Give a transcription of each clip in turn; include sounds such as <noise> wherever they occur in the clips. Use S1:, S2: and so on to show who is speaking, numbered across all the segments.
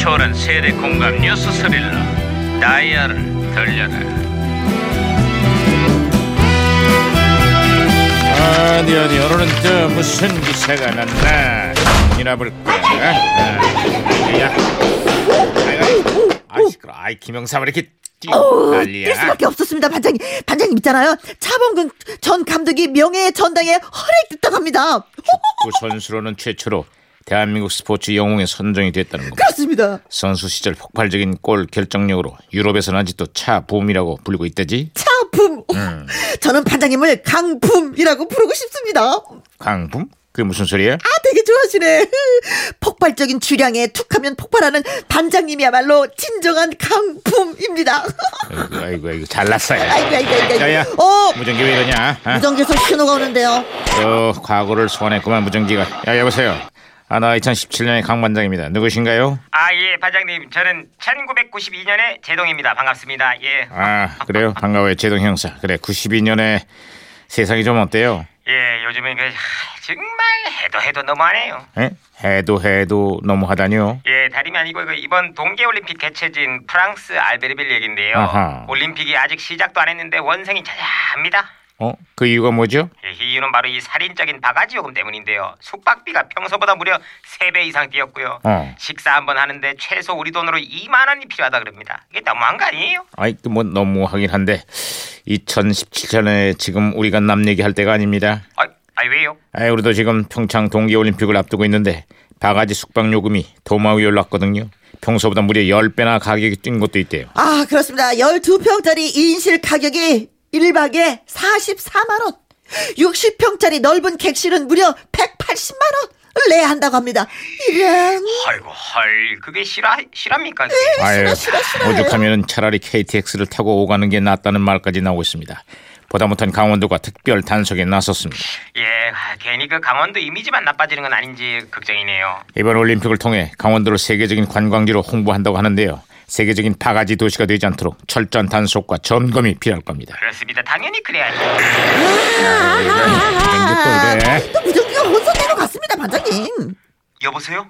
S1: 초월한 세대 공감 뉴스 스릴러 다이아를 들려라
S2: 어디 어디 오늘은 또 무슨 기사가 났나 이나 볼까? 아, 야, 아 시끄러. 아이 김영삼 이렇게 뛰고
S3: 어우, 뛸
S2: 난리야.
S3: 수밖에 없었습니다, 반장님. 반장님 있잖아요. 차범근 전 감독이 명예의 전당에 허락됐다고 어, 합니다.
S2: 그 선수로는 최초로 대한민국 스포츠 영웅에 선정이 됐다는 겁니다.
S3: 그렇습니다.
S2: 선수 시절 폭발적인 골 결정력으로 유럽에서는 아직도 차 붐이라고 불리고 있다지.
S3: 차품.
S2: 음.
S3: 저는 반장님을 강품이라고 부르고 싶습니다.
S2: 강붐? 그게 무슨 소리야?
S3: 아, 되게 좋아하시네. 폭발적인 주량에 툭하면 폭발하는 반장님이야말로 진정한 강품입니다. <laughs>
S2: 아이고 아이고, 아이고 잘났어요.
S3: 아이고, 아이고, 아이고.
S2: 야야.
S3: 어,
S2: 무전기 왜 이러냐? 아?
S3: 무전기에서 신호가 오는데요.
S2: 어, 과거를 소환했구만 무전기가. 야 여보세요. 아나 2017년의 강 반장입니다. 누구신가요?
S4: 아 예 반장님 저는 1992년에 제동입니다 반갑습니다 예 예
S2: 아 그래요 반가워요 제동 형사. 그래 92년에 세상이 좀 어때요?
S4: 요즘에 그 하, 정말 해도 해도 너무하네요
S2: 에? 해도 해도 너무하다니요.
S4: 예 다름이 아니고 그 이번 동계올림픽 개최지인 프랑스 알베르빌 얘긴데요
S2: 아하.
S4: 올림픽이 아직 시작도 안 했는데 원생이 자자합니다
S2: 어? 그 이유가 뭐죠?
S4: 예, 이유는 바로 이 살인적인 바가지 요금 때문인데요 숙박비가 평소보다 무려 3배 이상 뛰었고요
S2: 어.
S4: 식사 한번 하는데 최소 우리 돈으로 2만 원이 필요하다 그럽니다 이게 너무한 거 아니에요? 어,
S2: 아이 뭐 너무하긴 한데 2017년에 지금 우리가 남 얘기할 때가 아닙니다.
S4: 아, 아 왜요?
S2: 아이 우리도 지금 평창 동계올림픽을 앞두고 있는데 바가지 숙박 요금이 도마 위에 올랐거든요. 평소보다 무려 10배나 가격이 뛴 것도 있대요.
S3: 아, 그렇습니다. 12평짜리 인실 가격이 1박에 44만원. 60평짜리 넓은 객실은 무려 180만원을 내야 한다고 합니다. 이런.
S4: 아이고 헐 그게 실화 실합니까? 그게?
S2: 아유,
S3: 싫어, 싫어.
S2: 오죽하면 차라리 KTX를 타고 오가는 게 낫다는 말까지 나오고 있습니다. 보다 못한 강원도가 특별 단속에 나섰습니다.
S4: 예, 아, 괜히 그 강원도 이미지만 나빠지는 건 아닌지 걱정이네요.
S2: 이번 올림픽을 통해 강원도를 세계적인 관광지로 홍보한다고 하는데요. 세계적인 바가지 도시가 되지 않도록 철저한 단속과 점검이 필요할 겁니다.
S4: 그렇습니다. 당연히 그래야죠.
S2: 아, 그래.
S3: 또 무전기가 혼선대로 갔습니다, 반장님.
S4: 여보세요?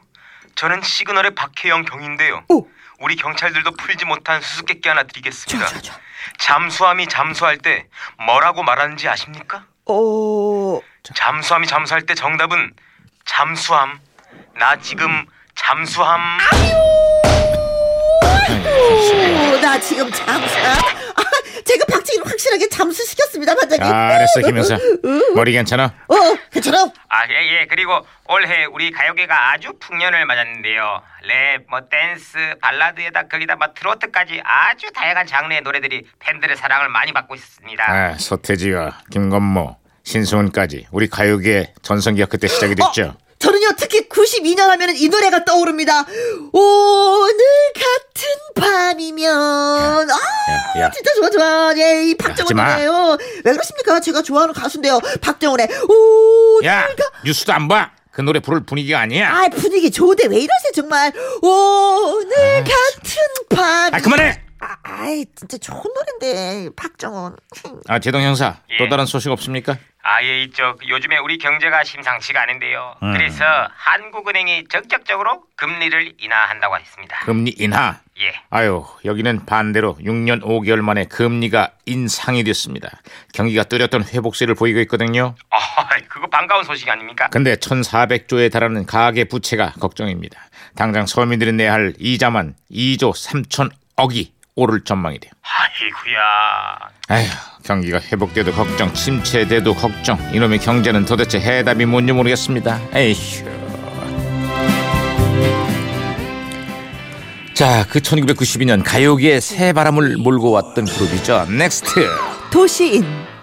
S4: 저는 시그널의 박혜영 경인데요.
S3: 오.
S4: 우리 경찰들도 풀지 못한 수수께끼 하나 드리겠습니다.
S3: 좋아, 좋아, 좋아.
S4: 잠수함이 잠수할 때 뭐라고 말하는지 아십니까?
S3: 어,
S4: 잠수함이 잠수할 때 정답은 잠수함. 나 지금 잠수함.
S3: 아, 오, 나 지금 잠수. 아, 제가 박지희를 확실하게 잠수시켰습니다, 반장님.
S2: 잘했어 김영사. 머리 괜찮아?
S3: 어, 괜찮아.
S4: 아, 예, 예. 그리고 올해 우리 가요계가 아주 풍년을 맞았는데요. 랩, 뭐 댄스, 발라드에다 거기다 막 트로트까지 아주 다양한 장르의 노래들이 팬들의 사랑을 많이 받고 있습니다.
S2: 아, 서태지와 김건모, 신승훈까지 우리 가요계 전성기가 그때 시작이 됐죠.
S3: 어, 저는요 특히 92년 하면은 이 노래가 떠오릅니다. 오늘 같은 밤이면 아
S2: 야, 야.
S3: 진짜 좋아 좋아 예, 이 박정훈
S2: 하지 마.
S3: 노래요. 왜 그러십니까? 제가 좋아하는 가수인데요. 박정훈의 오늘
S2: 야,
S3: 가
S2: 뉴스도 안 봐. 그 노래 부를 분위기가 아니야.
S3: 아 분위기 좋은데 왜 이러세요 정말 오늘 같은 밤.
S2: 아, 그만해.
S3: 아, 아이 진짜 좋은 노래인데 박정훈.
S2: 아, 제동 형사,
S4: 예.
S2: 또 다른 소식 없습니까?
S4: 아, 예, 있죠. 그 요즘에 우리 경제가 심상치가 않은데요. 그래서 한국은행이 적극적으로 금리를 인하한다고 했습니다.
S2: 금리 인하.
S4: 예. <laughs>
S2: 아유, 여기는 반대로 6년 5개월 만에 금리가 인상이 됐습니다. 경기가 뚜렷한 회복세를 보이고 있거든요.
S4: 어, 그거 반가운 소식 아닙니까?
S2: 근데 1,400조에 달하는 가계 부채가 걱정입니다. 당장 서민들이 내야 할 이자만 2조 3천억이 오를 전망이 돼요.
S4: 아이구야.
S2: 아휴, 경기가 회복돼도 걱정, 침체돼도 걱정. 이놈의 경제는 도대체 해답이 뭔지 모르겠습니다. 에휴. 자, 그 1992년 가요계에 새 바람을 몰고 왔던 그룹이죠. 넥스트.
S3: 도시인